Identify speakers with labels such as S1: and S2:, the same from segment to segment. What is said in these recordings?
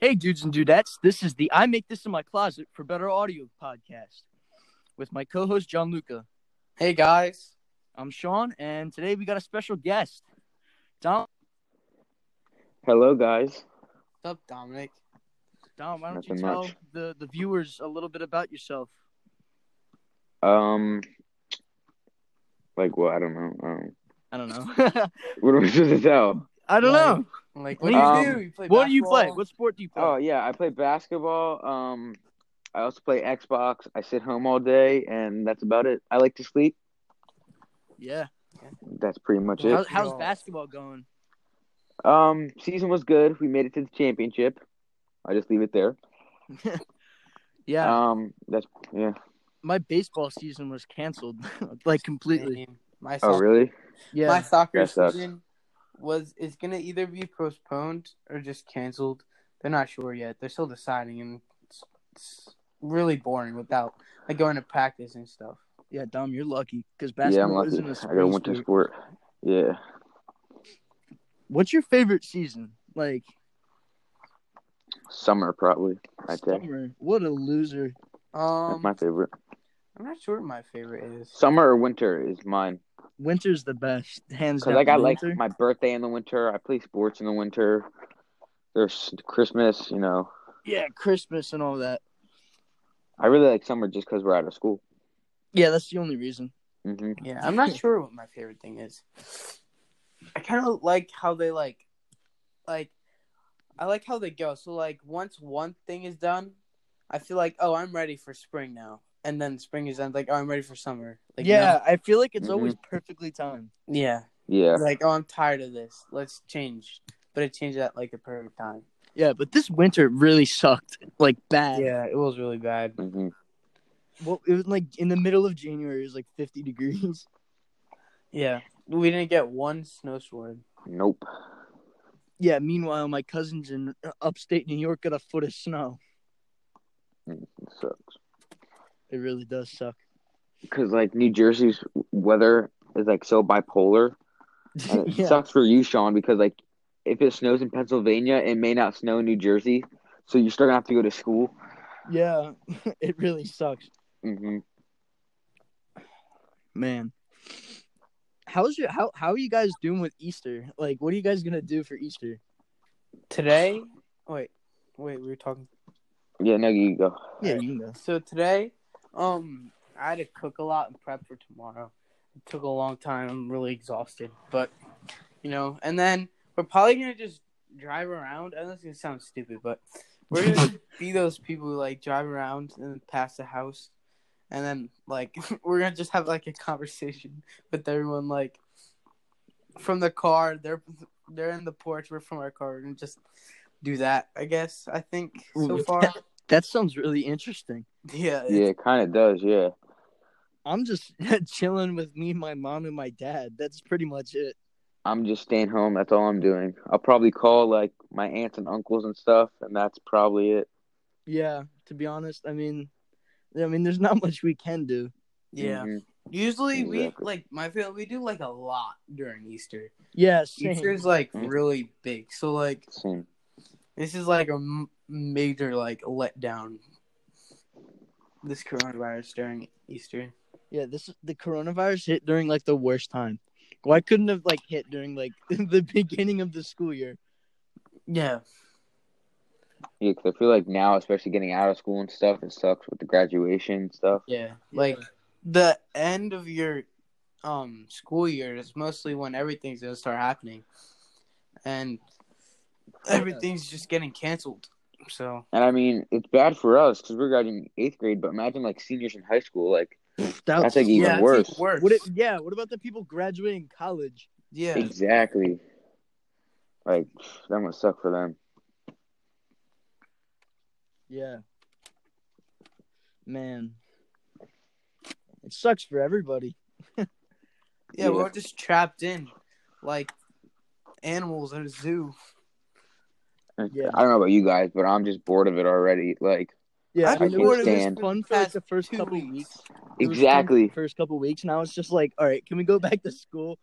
S1: Hey, dudes and dudettes, this is the I Make This in My Closet for Better Audio podcast with my co host, John Luca.
S2: Hey guys.
S1: I'm Sean, and today we got a special guest. Dom,
S3: Hello, guys.
S2: What's up, Dominic?
S1: Dom why don't you
S3: Nothing
S1: tell
S3: much.
S1: the, the viewers a little bit about yourself?
S3: Um, like, well, I don't know. Um,
S1: I don't know.
S3: what am I supposed to tell?
S1: I don't
S2: Like,
S1: know.
S2: Like, what
S3: Um,
S2: do you do? You play
S1: What do you play?
S2: basketball?
S1: What sport do you play?
S3: Oh yeah, I play basketball. Um, I also play Xbox. I sit home all day, and that's about it. I like to sleep.
S1: yeah.
S3: That's pretty much
S1: How,
S3: it.
S1: how's
S2: Basketball.
S1: basketball going?
S3: Um, season was good. We made it to the championship. I just leave it there.
S1: Yeah.
S3: Um, that's yeah.
S1: my baseball season was canceled, like completely.
S2: Damn. My,
S3: Oh
S2: soc-
S3: really?
S1: Yeah.
S2: my soccer
S3: That sucks.
S2: season was is gonna either be postponed or just canceled. They're not sure yet. They're still deciding, and it's, it's really boring without like going to practice and stuff.
S1: yeah, Dom, you're lucky because
S3: Yeah, I'm
S1: basketball
S3: lucky.
S1: isn't a
S3: I
S1: spring
S3: got a winter
S1: sport.
S3: sport. Yeah.
S1: What's your favorite season? Like,
S3: Summer probably. I think.
S1: summer. What a loser.
S2: Um,
S3: That's my favorite.
S2: I'm not sure what my favorite is.
S3: Summer or winter is mine.
S1: Winter's the best, hands
S3: Because
S1: down.
S3: I got like
S1: Winter.
S3: my birthday in the winter. I play sports in the winter. There's Christmas, you know.
S1: yeah, Christmas and all that.
S3: I really like summer just because we're out of school.
S1: Yeah, that's the only reason.
S3: hmm
S2: Yeah, I'm not sure what my favorite thing is. I kind of like how they like, like, I like how they go. So like, once one thing is done, I feel like, oh, I'm ready for spring now. And then spring is done, like, oh, I'm ready for summer. Like, you
S1: yeah,
S2: know?
S1: I feel like
S3: Mm-hmm.
S1: it's always perfectly timed.
S2: yeah.
S3: Yeah.
S2: Like, oh, I'm tired of this. Let's change. But it changed at like the perfect time.
S1: Yeah, but this winter really sucked, like bad.
S2: Yeah, it was really bad.
S3: hmm
S1: Well, it was like in the middle of January, it was like 50 degrees.
S2: Yeah, we didn't get one snowstorm.
S3: Nope.
S1: Yeah, meanwhile, my cousins in uh, upstate New York got a foot of snow.
S3: It sucks.
S1: It really does suck.
S3: Because like New Jersey's weather is like so bipolar. And it
S1: yeah.
S3: sucks for you, Sean, because like if it snows in Pennsylvania, it may not snow in New Jersey. So you're still gonna have to go to school.
S1: yeah, it really sucks.
S3: hmm
S1: Man. How's your how how are you guys doing with Easter? Like what are you guys gonna do for Easter?
S2: Today, wait, wait, we were talking.
S3: Yeah. No, you go.
S1: Yeah, you know.
S2: So today, um, I had to cook a lot and prep for tomorrow. It took a long time. I'm really exhausted, but you know. And then we're probably gonna just drive around. I know it's gonna sound stupid, but we're gonna be those people who like drive around and pass the house, and then like we're gonna just have like a conversation with everyone like from the car. They're they're in the porch. We're from our car and just do that. I guess I think so
S1: Ooh.
S2: far.
S1: That sounds really interesting.
S2: Yeah. it's-
S3: Yeah, it kind of does. Yeah.
S1: I'm just chilling with me, my mom, and my dad. That's pretty much it.
S3: I'm just staying home. That's all I'm doing. I'll probably call like my aunts and uncles and stuff, and that's probably it.
S1: Yeah, to be honest, I mean, I mean, there's not much we can do.
S2: Yeah.
S3: Mhm.
S2: Usually we
S3: Exactly.
S2: like my family we do like a lot during Easter.
S1: Yeah, same.
S2: Easter's like
S3: Mhm.
S2: really big. So like
S3: Same.
S2: this is like a m- major like letdown. This coronavirus during Easter.
S1: Yeah, this is the coronavirus hit during like the worst time. Why couldn't it have like hit during like the beginning of the school year?
S2: Yeah.
S3: Yeah, 'cause I feel like now, especially getting out of school and stuff, it sucks with the graduation and stuff.
S2: Yeah. Like the end of your um school year is mostly when everything's going to start happening. And everything's just getting canceled. So
S3: And I mean, it's bad for us because we're graduating eighth grade, but imagine like seniors in high school. Like,
S1: That-
S3: That's like even
S2: yeah, it's
S3: worse.
S2: worse.
S1: What it, yeah, what about the people graduating college?
S2: yeah.
S3: exactly. Like, that must suck for them.
S1: Yeah. Man. It sucks for everybody.
S2: Yeah,
S3: Yeah.
S2: we're just trapped in like animals at a zoo.
S1: Yeah.
S3: I don't know about you guys, but I'm just bored of it already. Like,
S1: Yeah,
S2: I've
S1: I
S3: been
S1: mean, it
S3: bored
S1: was
S3: of
S1: it
S3: this
S1: was
S2: for
S1: fun
S2: the
S1: for like
S2: past
S1: the first
S2: two
S1: couple
S2: weeks.
S1: weeks. It was fun for
S3: exactly.
S1: the first couple weeks. Now it's just like, all right, can we go back to school?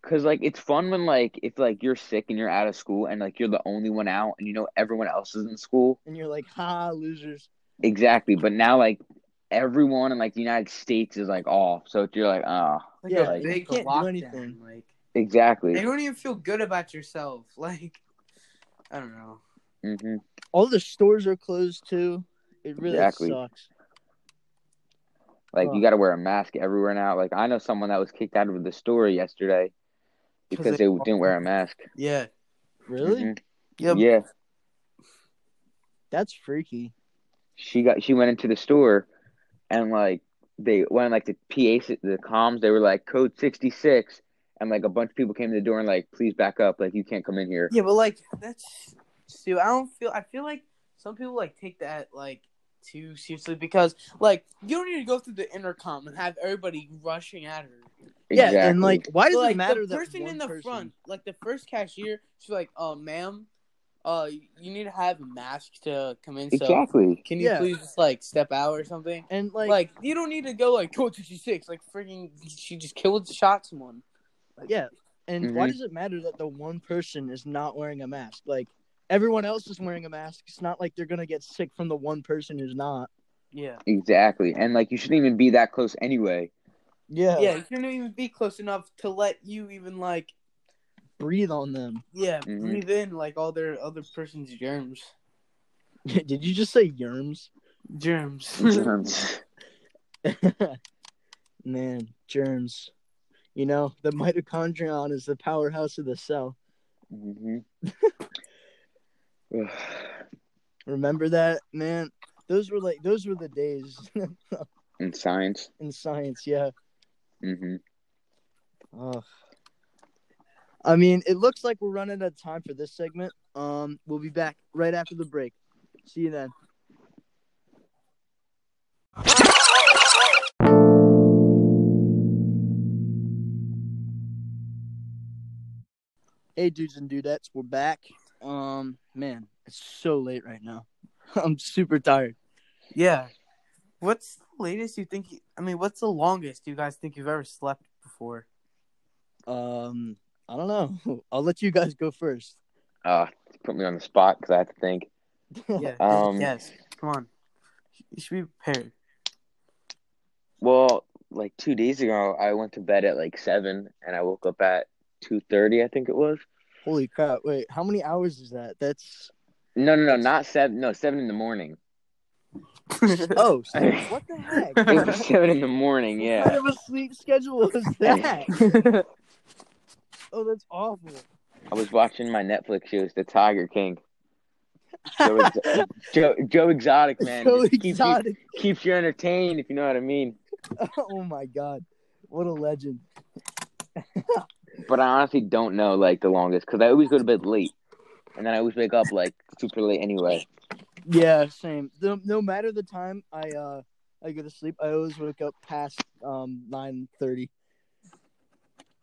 S3: Cause like it's fun when like if like you're sick and you're out of school and like you're the only one out and you know everyone else is in school.
S1: and you're like, ha, losers.
S3: Exactly. But now like everyone in like the United States is like off. So you're like, ah,
S2: Like
S1: Yeah,
S2: a
S3: like-
S2: big
S1: You can't do
S2: lockdown.
S1: anything.
S2: Like
S3: exactly.
S2: you don't even feel good about yourself. Like I don't know.
S3: hmm
S1: All the stores are closed too. It really
S3: Exactly.
S1: sucks.
S3: Like
S1: Huh.
S3: you got to wear a mask everywhere now. Like I know someone that was kicked out of the store yesterday
S2: 'Cause
S3: because
S2: they-
S3: they didn't wear a mask.
S2: Yeah.
S1: Really?
S3: Mhm.
S2: Yep.
S3: Yeah.
S1: That's freaky.
S3: she got she went into the store and like they went like the PA s- the comms they were like code 66 and like a bunch of people came to the door and like please back up like you can't come in here
S2: Yeah, but like that's Stu. I don't feel. I feel like some people like take that like too seriously because like you don't need to go through the intercom and have everybody rushing at her.
S1: Yeah, and
S3: Exactly.
S1: like, why does
S2: But, like
S1: it matter
S2: the
S1: that
S2: person
S1: one
S2: in the
S1: person-
S2: front, like the first cashier, she's like, "Uh, ma'am, uh, you need to have a mask to come in. So
S3: exactly
S2: can you
S1: Yeah.
S2: please just like step out or something?"
S1: And
S2: Like,
S1: like,
S2: you don't need to go like code sixty six. Like freaking, she just killed shot someone.
S1: yeah. And
S3: Mm-hmm.
S1: why does it matter that the one person is not wearing a mask? Like, everyone else is wearing a mask. It's not like they're gonna get sick from the one person who's not.
S2: Yeah.
S3: exactly and like you shouldn't even be that close anyway
S1: Yeah.
S2: Yeah, you couldn't even be close enough to let you even like
S1: Breathe on them.
S2: Yeah,
S3: Mhm.
S1: Mm-hmm.
S2: breathe in like all their other person's germs.
S1: Did you just say germs?
S2: Germs.
S1: Man, germs. You know, the mitochondrion is the powerhouse of the cell.
S3: hmm
S1: Remember that, man? Those were like those were the days
S3: and science
S1: in science, yeah.
S3: hmm
S1: Ugh. I mean, it looks like we're running out of time for this segment. Um, we'll be back right after the break. See you then. Hey, dudes and dudettes, we're back. Um, man, it's so late right now. I'm super tired.
S2: yeah. What's the latest you think? You, I mean, what's the longest you guys think you've ever slept before?
S1: Um, I don't know. I'll let you guys go first.
S3: uh put me on the spot because i have to think
S2: Yeah.
S3: Um,
S2: yes. Come on. You should be prepared.
S3: well like two days ago i went to bed at like seven and i woke up at 2.30 i think it was
S1: Holy crap! Wait, how many hours is that? That's
S3: no no no not seven no seven in the morning
S1: Oh, so what the heck?
S3: It was seven in the morning,
S1: What kind
S3: yeah.
S1: of a sleep schedule is that? oh, that's awful.
S3: I was watching my Netflix shows, The Tiger King. Joe, Exo- Joe, Joe Exotic, man.
S1: so
S3: just keeps you-
S1: exotic.
S3: keeps you entertained, if you know what I mean.
S1: Oh my god, what a legend.
S3: But I honestly don't know, like, the longest, because I always go to bed late. And then I always wake up, like, super late anyway.
S1: Yeah, same. No, no matter the time I uh I go to sleep, I always wake up past um nine thirty.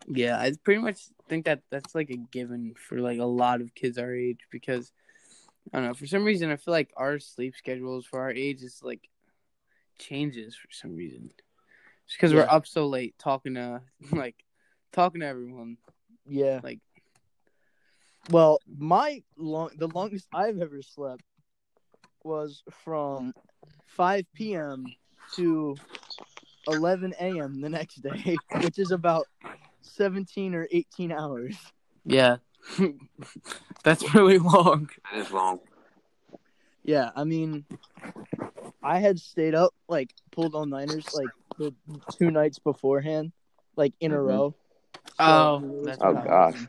S2: yeah, I pretty much think that that's like a given for like a lot of kids our age because I don't know for some reason I feel like our sleep schedules for our age is like changes for some reason. It's because
S1: Yeah.
S2: we're up so late talking to like talking to everyone.
S1: Yeah.
S2: Like-
S1: well, my long the longest I've ever slept was from 5 p.m. to 11 a.m. the next day, which is about 17 or 18 hours.
S2: Yeah, that's really long.
S3: That is long.
S1: Yeah, I mean, I had stayed up like pulled all nighters like the two nights beforehand, like in a
S3: Mhm.
S1: row.
S2: Mm-hmm. Oh, that's
S3: Oh,
S2: not-
S3: gosh.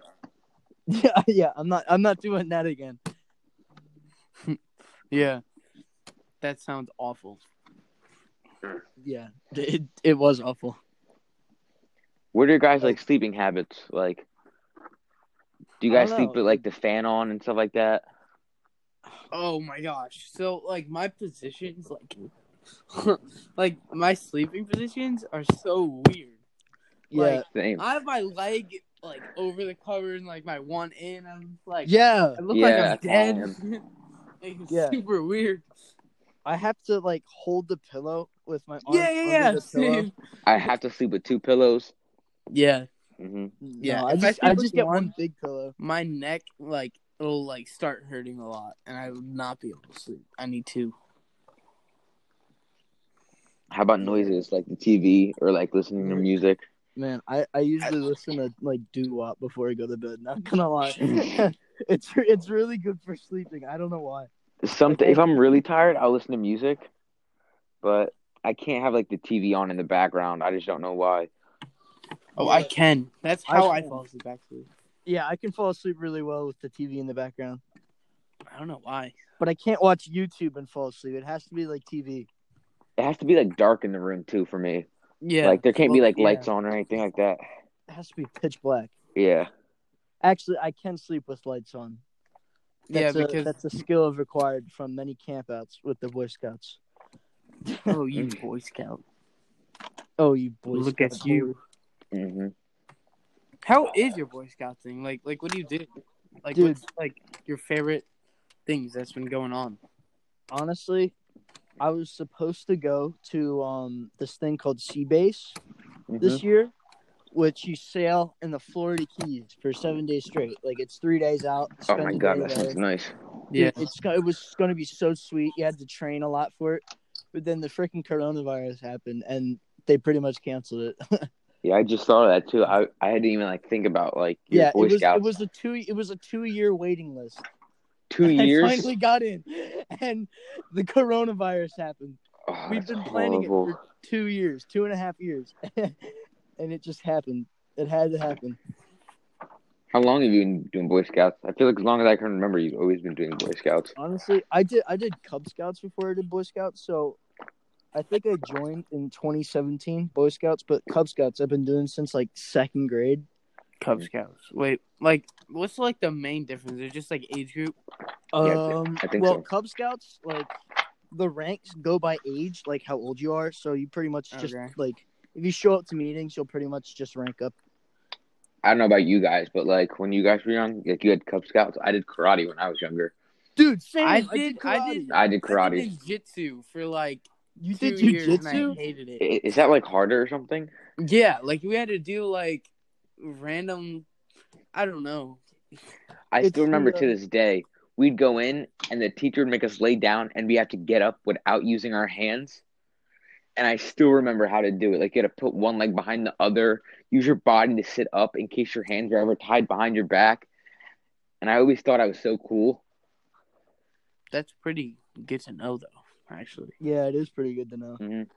S1: Yeah, yeah, I'm not, I'm not doing that again.
S2: Yeah, that sounds awful.
S1: Yeah, it, it was awful.
S3: What are your guys, like, sleeping habits? Like, do you
S1: I
S3: guys
S1: don't
S3: sleep
S1: know.
S3: with, like, the fan on and stuff like that?
S2: Oh my gosh. So like my positions like like my sleeping positions are so weird.
S1: Yeah,
S2: Like,
S3: Same.
S2: I have my leg like over the cover and like my one in. I'm like
S1: yeah.
S2: I look
S3: Yeah,
S2: like I'm dead. like, it's
S1: Yeah.
S2: super weird.
S1: I have to like hold the pillow with my arm.
S2: Yeah, yeah, yeah.
S1: The pillow.
S2: Same.
S3: I have to sleep with two pillows.
S2: Yeah.
S3: hmm
S2: Yeah,
S1: No, I
S2: if I
S1: just
S2: sleep
S1: I,
S2: with
S1: just get one,
S2: one-
S1: big pillow.
S2: my neck like it'll like start hurting a lot, and I would not be able to sleep. I need to.
S3: How about noises like the TV or like listening to music?
S1: Man, I, I usually listen to like doo wop before I go to bed. Not gonna lie, it's re- it's really good for sleeping. I don't know why.
S3: Something. If I'm really tired, I'll listen to music, but I can't have like the TV on in the background. I just don't know why.
S2: Oh, I can. That's
S1: I
S2: how I,
S1: can.
S2: fall asleep. Actually,
S1: Yeah, I can fall asleep really well with the TV in the background,
S2: I don't know why.
S1: but I can't watch YouTube and fall asleep. It has to be like TV.
S3: It has to be like dark in the room too for me.
S2: Yeah,
S3: Like there can't be
S2: Well,
S3: like
S2: yeah.
S3: lights on or anything like that.
S1: It has to be pitch black.
S3: Yeah.
S1: Actually, I can sleep with lights on.
S2: Yeah,
S1: That's a,
S2: because
S1: that's a skill required from many campouts with the Boy Scouts.
S2: oh, you Boy Scout.
S1: Oh, you Boy
S2: Look
S1: Scout
S2: at you.
S3: hmm
S2: How is your Boy Scout thing? Like, like what do you do? Like,
S1: Dude.
S2: what's like your favorite things that's been going on?
S1: honestly, I was supposed to go to um this thing called Seabase
S3: Mm-hmm.
S1: this year, which you sail in the Florida Keys for seven days straight. Like it's three days out.
S3: Oh
S1: spend
S3: my
S1: the
S3: god,
S1: day
S3: that
S1: there.
S3: sounds nice.
S1: Dude, it's go- it was going to be so sweet. You had to train a lot for it, but then the freaking coronavirus happened, and they pretty much canceled it.
S3: Yeah, I just thought of that too. I I didn't even like think about like your
S1: yeah,
S3: Boy
S1: it was
S3: Scouts.
S1: it was a two it was a two year waiting list.
S3: Two years.
S1: I finally got in, and the coronavirus happened.
S3: Oh,
S1: We've
S3: that's
S1: been planning
S3: horrible.
S1: it for two years, two and a half years, and it just happened. It had to happen.
S3: How long have you been doing Boy Scouts? I feel like as long as I can remember, you've always been doing Boy Scouts.
S1: Honestly, I did I did Cub Scouts before I did Boy Scouts, so I think I joined in 2017 Boy Scouts, but Cub Scouts I've been doing since like second grade.
S2: Cub Scouts. Wait, like, what's like the main difference? They're just like age group.
S3: I thi-
S1: um,
S3: I think
S1: well,
S3: so.
S1: Cub Scouts like the ranks go by age, like how old you are. So you pretty much just
S2: Okay.
S1: like if you show up to meetings, you'll pretty much just rank up.
S3: I don't know about you guys, but like when you guys were young, like you had Cub Scouts. I did karate when I was younger.
S1: Dude, same.
S2: I did- I did-
S3: I did
S2: I
S3: karate.
S2: did jitsu for like
S1: You
S2: two
S1: did
S2: years and I
S1: jujitsu.
S2: hated it.
S3: I- Is that like harder or something?
S2: Yeah, like we had to do like random. I don't know.
S3: I
S1: It's
S3: still remember
S1: the-
S3: to this day. We'd go in, and the teacher would make us lay down, and we have to get up without using our hands. And I still remember how to do it. Like you had to put one leg behind the other, use your body to sit up in case your hands were ever tied behind your back. And I always thought I was so cool.
S2: That's pretty good to know, though. Actually,
S1: Yeah, it is pretty good to know.
S3: Mhm.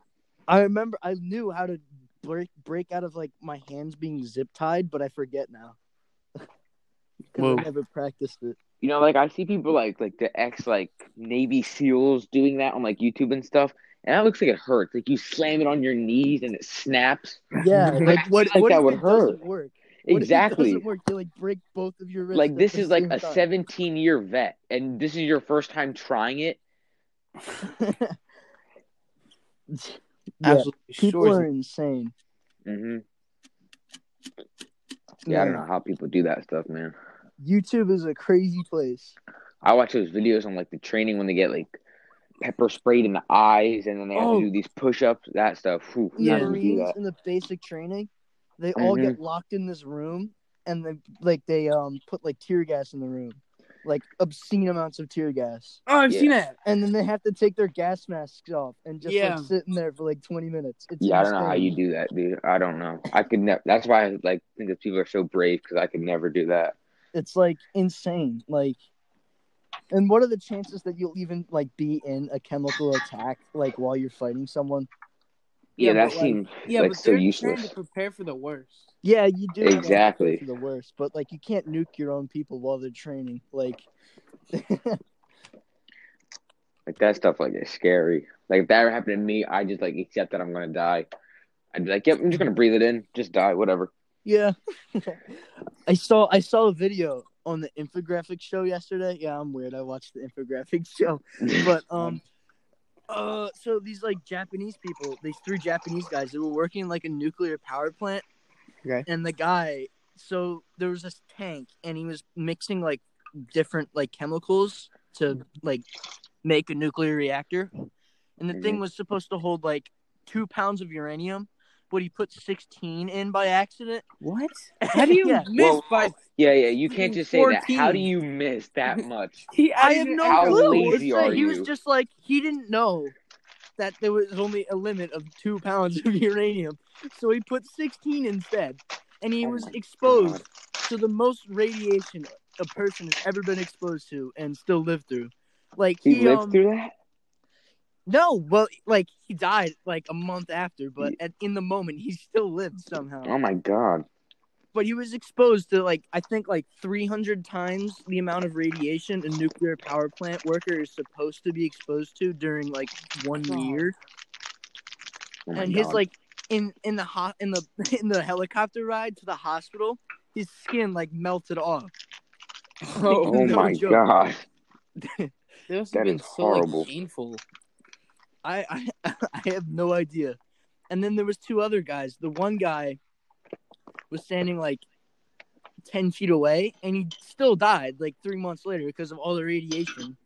S1: I remember I knew how to break break out of like my hands being zip tied, but I forget now.
S2: Whoa.
S1: Because I never practiced it.
S3: You know, like I see people like like the ex like Navy SEALs doing that on like YouTube and stuff, and that looks like it hurts. Like you slam it on your knees and it snaps.
S1: Yeah, like what?
S3: Like
S1: what
S3: that
S1: if
S3: would
S1: it doesn't
S3: hurt.
S1: Work? What if it
S3: Exactly.
S1: doesn't work? You like break both of your wrists.
S3: Like
S1: at
S3: this
S1: the
S3: is like
S1: same
S3: a
S1: time.
S3: 17 year vet, and this is your first time trying it.
S1: Yeah,
S2: absolutely.
S1: people
S2: sure.
S1: are insane.
S3: hmm Yeah, I don't know how people do that stuff, man.
S1: YouTube is a crazy place.
S3: I watch those videos on like the training when they get like pepper sprayed in the eyes, and then they have
S2: Oh.
S3: to do these push ups, that stuff. Whew,
S1: Yeah,
S3: I
S1: the
S3: didn't do
S1: Marines
S3: that.
S1: in the basic training, they all
S3: Mhm.
S1: get locked in this room, and they like they um put like tear gas in the room, like obscene amounts of tear gas.
S2: oh, I've
S3: Yeah.
S2: seen that.
S1: and then they have to take their gas masks off and just
S2: Yeah.
S1: like sit in there for like 20 minutes. It's
S3: Yeah, I don't know how
S1: insane.
S3: you do that, dude. I don't know. I could never. That's why I like think that people are so brave because I could never do that.
S1: It's like insane. Like, and what are the chances that you'll even like be in a chemical attack like while you're fighting someone?
S3: Yeah,
S2: Yeah,
S3: that
S2: but, like-
S3: seems
S2: Yeah,
S3: like
S2: but
S3: so
S2: they're trying
S3: useless.
S2: to prepare for the worst.
S1: Yeah, you do. have to
S3: Exactly.
S1: prepare For the worst, but like you can't nuke your own people while they're training. Like,
S3: Like that stuff like is scary. Like if that ever happened to me, I just like accept that I'm gonna die. I'd be like, yep, I'm just gonna breathe it in, just die, whatever.
S1: yeah. I saw I saw a video on the infographic show yesterday. Yeah, I'm weird. I watched the infographic show. but um uh so these like japanese people these three japanese guys they were working in like a nuclear power plant
S2: Okay.
S1: and the guy so there was this tank and he was mixing like different like chemicals to like make a nuclear reactor and the thing was supposed to hold like two pounds of uranium what he put 16 in by accident?
S2: What? How do you
S1: Yeah.
S2: miss
S3: Whoa.
S2: by?
S3: Yeah, yeah. You can't just say that. How
S2: 14.
S3: do you miss that much?
S2: He,
S1: I have no
S3: How
S1: clue.
S3: lazy
S1: It's like
S3: are
S1: he was
S3: you?
S1: just like he didn't know that there was only a limit of two pounds of uranium, so he put 16 instead, and he
S3: Oh
S1: was
S3: my
S1: exposed to the most radiation a person has ever been exposed to and still lived through. Like
S3: He
S1: he,
S3: lived
S1: um,
S3: through that.
S1: no, well, like he died like a month after, but
S3: Ye-
S1: at, in the moment he still lived somehow.
S3: Oh my god.
S1: but he was exposed to like I think like 300 times the amount of radiation a nuclear power plant worker is supposed to be exposed to during like one
S2: God.
S1: year.
S3: Oh my
S1: and his
S3: God.
S1: like in in the ho- in the in the helicopter ride to the hospital, his skin like melted off.
S2: Oh,
S3: Oh
S1: no
S3: my
S1: joke.
S3: god.
S2: that must
S3: that
S2: have been
S3: is
S2: so like,
S3: horrible.
S2: painful.
S1: I I, I have no idea. And then there was two other guys. The one guy was standing like 10 feet away and he still died like three months later because of all the radiation.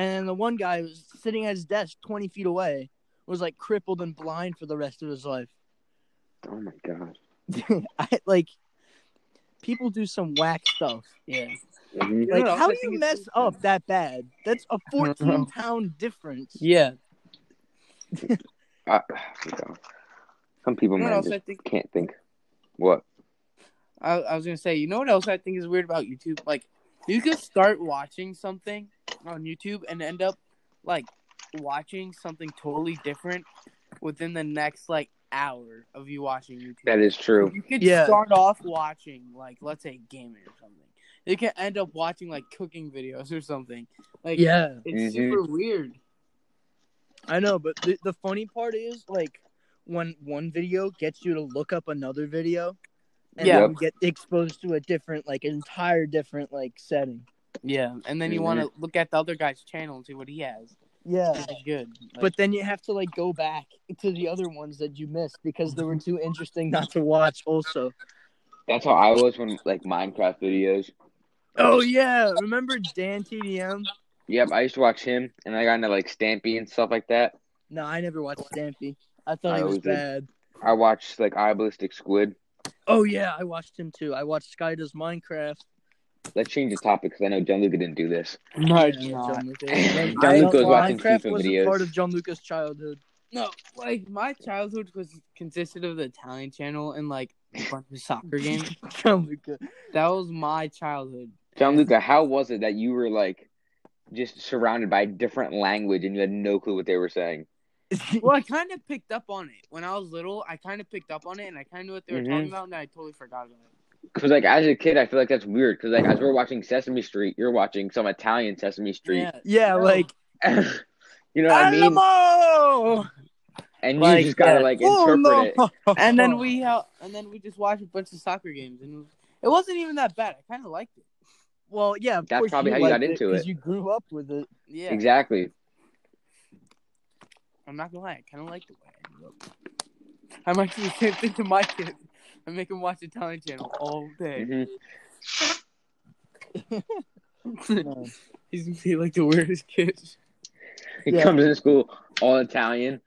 S1: And the one guy was sitting at his desk 20 feet away, was like crippled and blind for the rest of his life.
S3: Oh my god.
S1: I, like, people do some whack stuff.
S2: Yeah.
S3: Mhm.
S2: You know
S1: Like,
S2: what else
S1: how
S2: I
S1: do you
S2: think
S1: mess
S2: is-
S1: up that bad? That's a
S2: don't know.
S1: 14 pound difference.
S2: Yeah.
S3: I- you know, some people
S2: You know what
S3: might
S2: else
S3: just
S2: I think?
S3: can't think. What?
S2: I, I was gonna say, you know what else I think is weird about YouTube? Like, you could start watching something on YouTube and end up like watching something totally different within the next like hour of you watching YouTube.
S3: That is true.
S2: You could
S1: Yeah.
S2: start off watching like let's say gaming or something. You could end up watching like cooking videos or something. Like,
S1: Yeah.
S2: it's
S3: Mhm.
S2: super weird.
S1: I know, but the, the funny part is like when one video gets you to look up another video, and
S2: Yeah.
S1: then you get exposed to a different, like entire different, like setting.
S2: Yeah, and then you
S3: Mhm.
S2: want to look at the other guy's channel and see what he has.
S1: Yeah,
S2: Which is good.
S1: but then you have to like go back to the other ones that you missed because they were too interesting not to watch. Also,
S3: That's how I was when like Minecraft videos.
S1: oh yeah, remember Dan TDM?
S3: Yep, I used to watch him, and I got into like Stampy and stuff like that.
S1: No, I never watched Stampy. I thought
S3: I
S1: he was
S3: always did.
S1: bad.
S3: I watched like Iballistic Squid.
S1: Oh yeah, I watched him too. I watched Sky Does Minecraft.
S3: Let's change the topic because I know John Luca didn't do this.
S2: no,
S1: Yeah, John Lucas.
S3: John
S1: I-
S3: Lucas watching
S1: Minecraft
S3: FIFA
S1: wasn't
S3: videos.
S1: part of John Lucas' childhood.
S2: No, like my childhood was consisted of the Italian channel and like a bunch of soccer games.
S1: John Lucas.
S2: That was my childhood.
S3: John Luca, how was it that you were like just surrounded by a different language and you had no clue what they were saying?
S2: Well, I kind of picked up on it when I was little. I kind of picked up on it, and I kind of knew what they were
S3: Mhm.
S2: talking about, and I totally forgot about it.
S3: Because like as a kid, I feel like that's weird. Because like as we're watching Sesame Street, you're watching some Italian Sesame Street.
S1: yeah,
S2: No.
S1: like
S3: you know what I mean?
S1: Alamo!
S3: And you
S2: Like
S3: just gotta
S2: that.
S3: like
S1: Oh,
S3: interpret
S1: no.
S3: it.
S2: and then we uh, and then we just watched a bunch of soccer games, and it wasn't even that bad. I kind of liked it.
S1: Well, yeah, of
S3: That's
S1: course
S3: probably
S1: you
S3: how you got
S1: liked
S3: into
S1: 'cause
S3: it.
S1: You grew up with it.
S2: Yeah,
S3: Exactly.
S2: I'm not gonna lie, I kind of liked the way I grew up. I might do the same thing to my kids. I make them watch Italian channel all day.
S3: Mhm.
S1: No.
S2: He's gonna be like the weirdest kid.
S3: He
S1: Yeah.
S3: comes into school all Italian.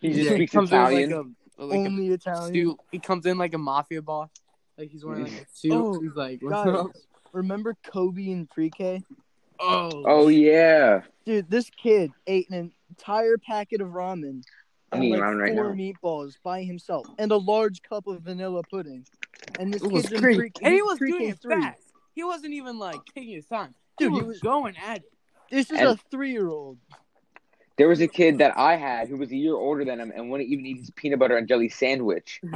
S3: He just
S2: Yeah,
S3: speaks
S2: comes in like
S3: Italian.
S2: a- like a
S1: Only Italian.
S2: suit. He comes in like a mafia boss. Like he's wearing like a suit.
S1: Oh,
S2: he's like, what's
S1: Guys,
S2: up?
S1: remember Kobe in pre-K?
S2: Oh,
S3: oh yeah.
S1: Dude, this kid ate an entire packet of ramen
S3: I'm
S1: and
S3: eating
S1: like
S3: ramen right
S1: four
S3: now.
S1: meatballs by himself and a large cup of vanilla pudding. And this
S2: it was
S1: kid's in
S2: great.
S1: pre-
S2: and he
S1: he's
S2: was
S1: pre-K
S2: doing it
S1: three.
S2: fast. He wasn't even like taking his time.
S1: Dude,
S2: he
S1: he
S2: was,
S1: was-
S2: going at it.
S1: This is
S3: And-
S1: a three-year-old.
S3: There was a kid that I had who was a year older than him and wouldn't even eat his peanut butter and jelly sandwich.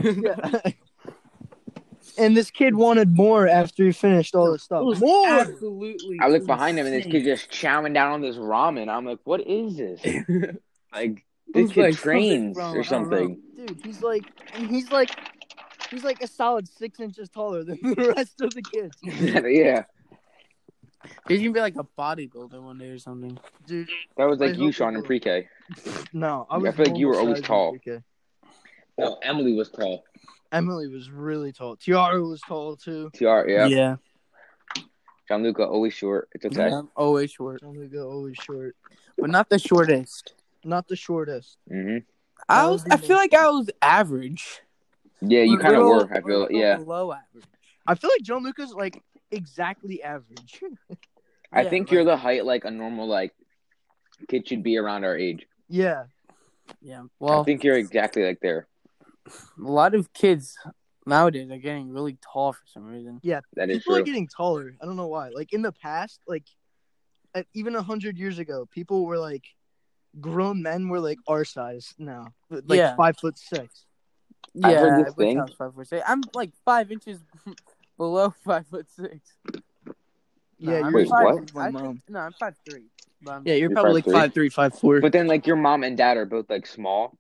S1: and this kid wanted more after he finished all this
S2: It
S1: stuff.
S2: was
S1: Oh, More.
S2: absolutely.
S3: I look behind him and this
S2: insane.
S3: kid just chowing down on this ramen. I'm like, what is this? like
S2: It
S3: this
S2: was
S3: kid
S2: like something
S3: trains
S2: from-
S3: or
S2: I don't know.
S3: something.
S1: Dude, he's like, and he's like, he's like a solid six inches taller than the rest of the kids.
S3: yeah.
S2: He's gonna be like a bodybuilder one day or something.
S1: Dude,
S3: That was
S1: I
S3: like you,
S1: hope
S3: Sean,
S1: it
S3: in pre K.
S1: no, I
S3: I
S1: was.
S3: feel like you were
S1: normal
S3: always
S1: size in
S3: tall.
S1: 3K.
S3: No, Emily was tall.
S1: Emily was really tall. Tiara was tall too.
S3: TR, yeah.
S2: Yeah.
S3: John Luca, always short. It's okay.
S2: I'm always short,
S1: John Luca always short,
S2: but not the shortest.
S1: not the shortest.
S3: hmm
S2: I was. I feel like I was average.
S3: Yeah, you
S2: We're
S3: kind of
S2: real-
S3: were. I
S2: we're
S3: feel.
S2: real
S3: Yeah,
S2: Below average.
S1: I feel like Joe Luca's like exactly average.
S3: I
S2: yeah,
S3: think
S2: like-
S3: you're the height like a normal like kid should be around our age.
S1: yeah.
S2: Yeah. Well,
S3: I think you're exactly like there.
S2: a lot of kids nowadays are getting really tall for some reason.
S3: That is
S1: people are
S3: true.
S1: getting taller. I don't know why. Like in the past, like at, even a hundred years ago, people were like grown men were like our size now, but, like
S2: Yeah.
S1: five foot six.
S3: I heard this
S2: I wish I
S3: thing.
S2: was five foot six. I'm like five inches below five foot six. No,
S1: yeah,
S2: I'm
S1: you're
S3: Wait,
S2: five,
S3: what?
S1: My
S2: I
S1: mom.
S2: think- no, I'm five three. But I'm-
S1: Yeah, you're
S3: You're
S1: probably like
S3: 5'3"?
S1: five three, five four.
S3: But then like your mom and dad are both like small.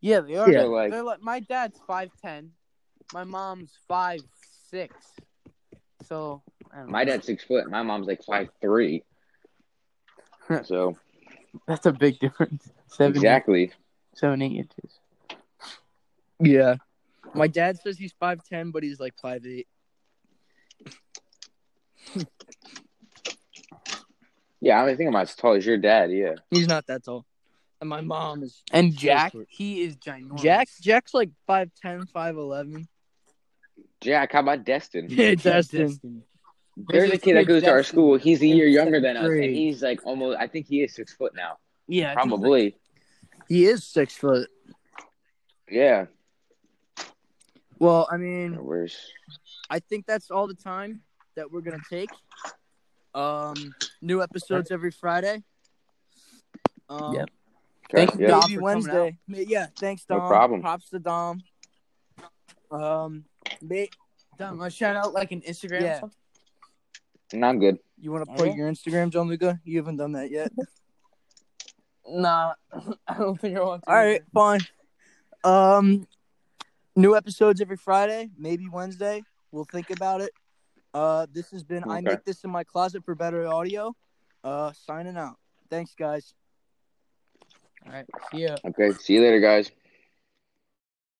S2: yeah, they are.
S1: Yeah.
S3: So like
S2: They're like my dad's five ten, my mom's five six. So I don't
S3: my
S2: know.
S3: dad's six foot. My mom's like five three. So
S2: That's a big difference. Seven,
S3: exactly.
S2: eight, seven, eight inches.
S1: yeah. My dad says he's five ten, but he's like five eight.
S3: Yeah, I mean, think I'm as tall as your dad. Yeah.
S1: He's not that tall. And my mom is
S2: And
S1: So
S2: Jack,
S1: short.
S2: he is ginormous.
S1: Jack. Jack's like five ten, five eleven.
S3: Jack, how about Destin?
S1: Yeah,
S3: There's a kid that goes to our school. He's a year
S2: in
S3: younger
S2: seventh
S3: than us, and
S2: grade.
S3: he's like almost. I think he is six foot now.
S2: Yeah, he's like-
S3: Probably.
S1: He is six foot.
S3: Yeah.
S1: Well, I mean,
S2: Mm.
S3: Where's
S1: I think that's all the time that we're gonna take. Um, new episodes every Friday. Um,
S2: Yep.
S3: Thank
S2: Thank you,
S3: yeah.
S2: Dom.
S1: Maybe
S2: for coming
S1: Wednesday. Ma- Yeah, thanks,
S3: No
S1: Dom.
S3: problem.
S1: Props to Dom. Um, ma-
S2: Dom, wanna shout out like an Instagram.
S1: Yeah.
S2: or something?
S3: Not good.
S1: you want to plug
S2: Alright.
S1: your Instagram, John Luca? You haven't done that yet.
S2: Nah, I don't think I want to.
S1: all right, fine. Um, new episodes every Friday, maybe Wednesday. We'll think about it. Uh, this has been I
S3: Okay.
S1: make this in my closet for better audio. Uh, signing out. Thanks, guys.
S2: All right. See ya.
S3: Okay. See you later, guys.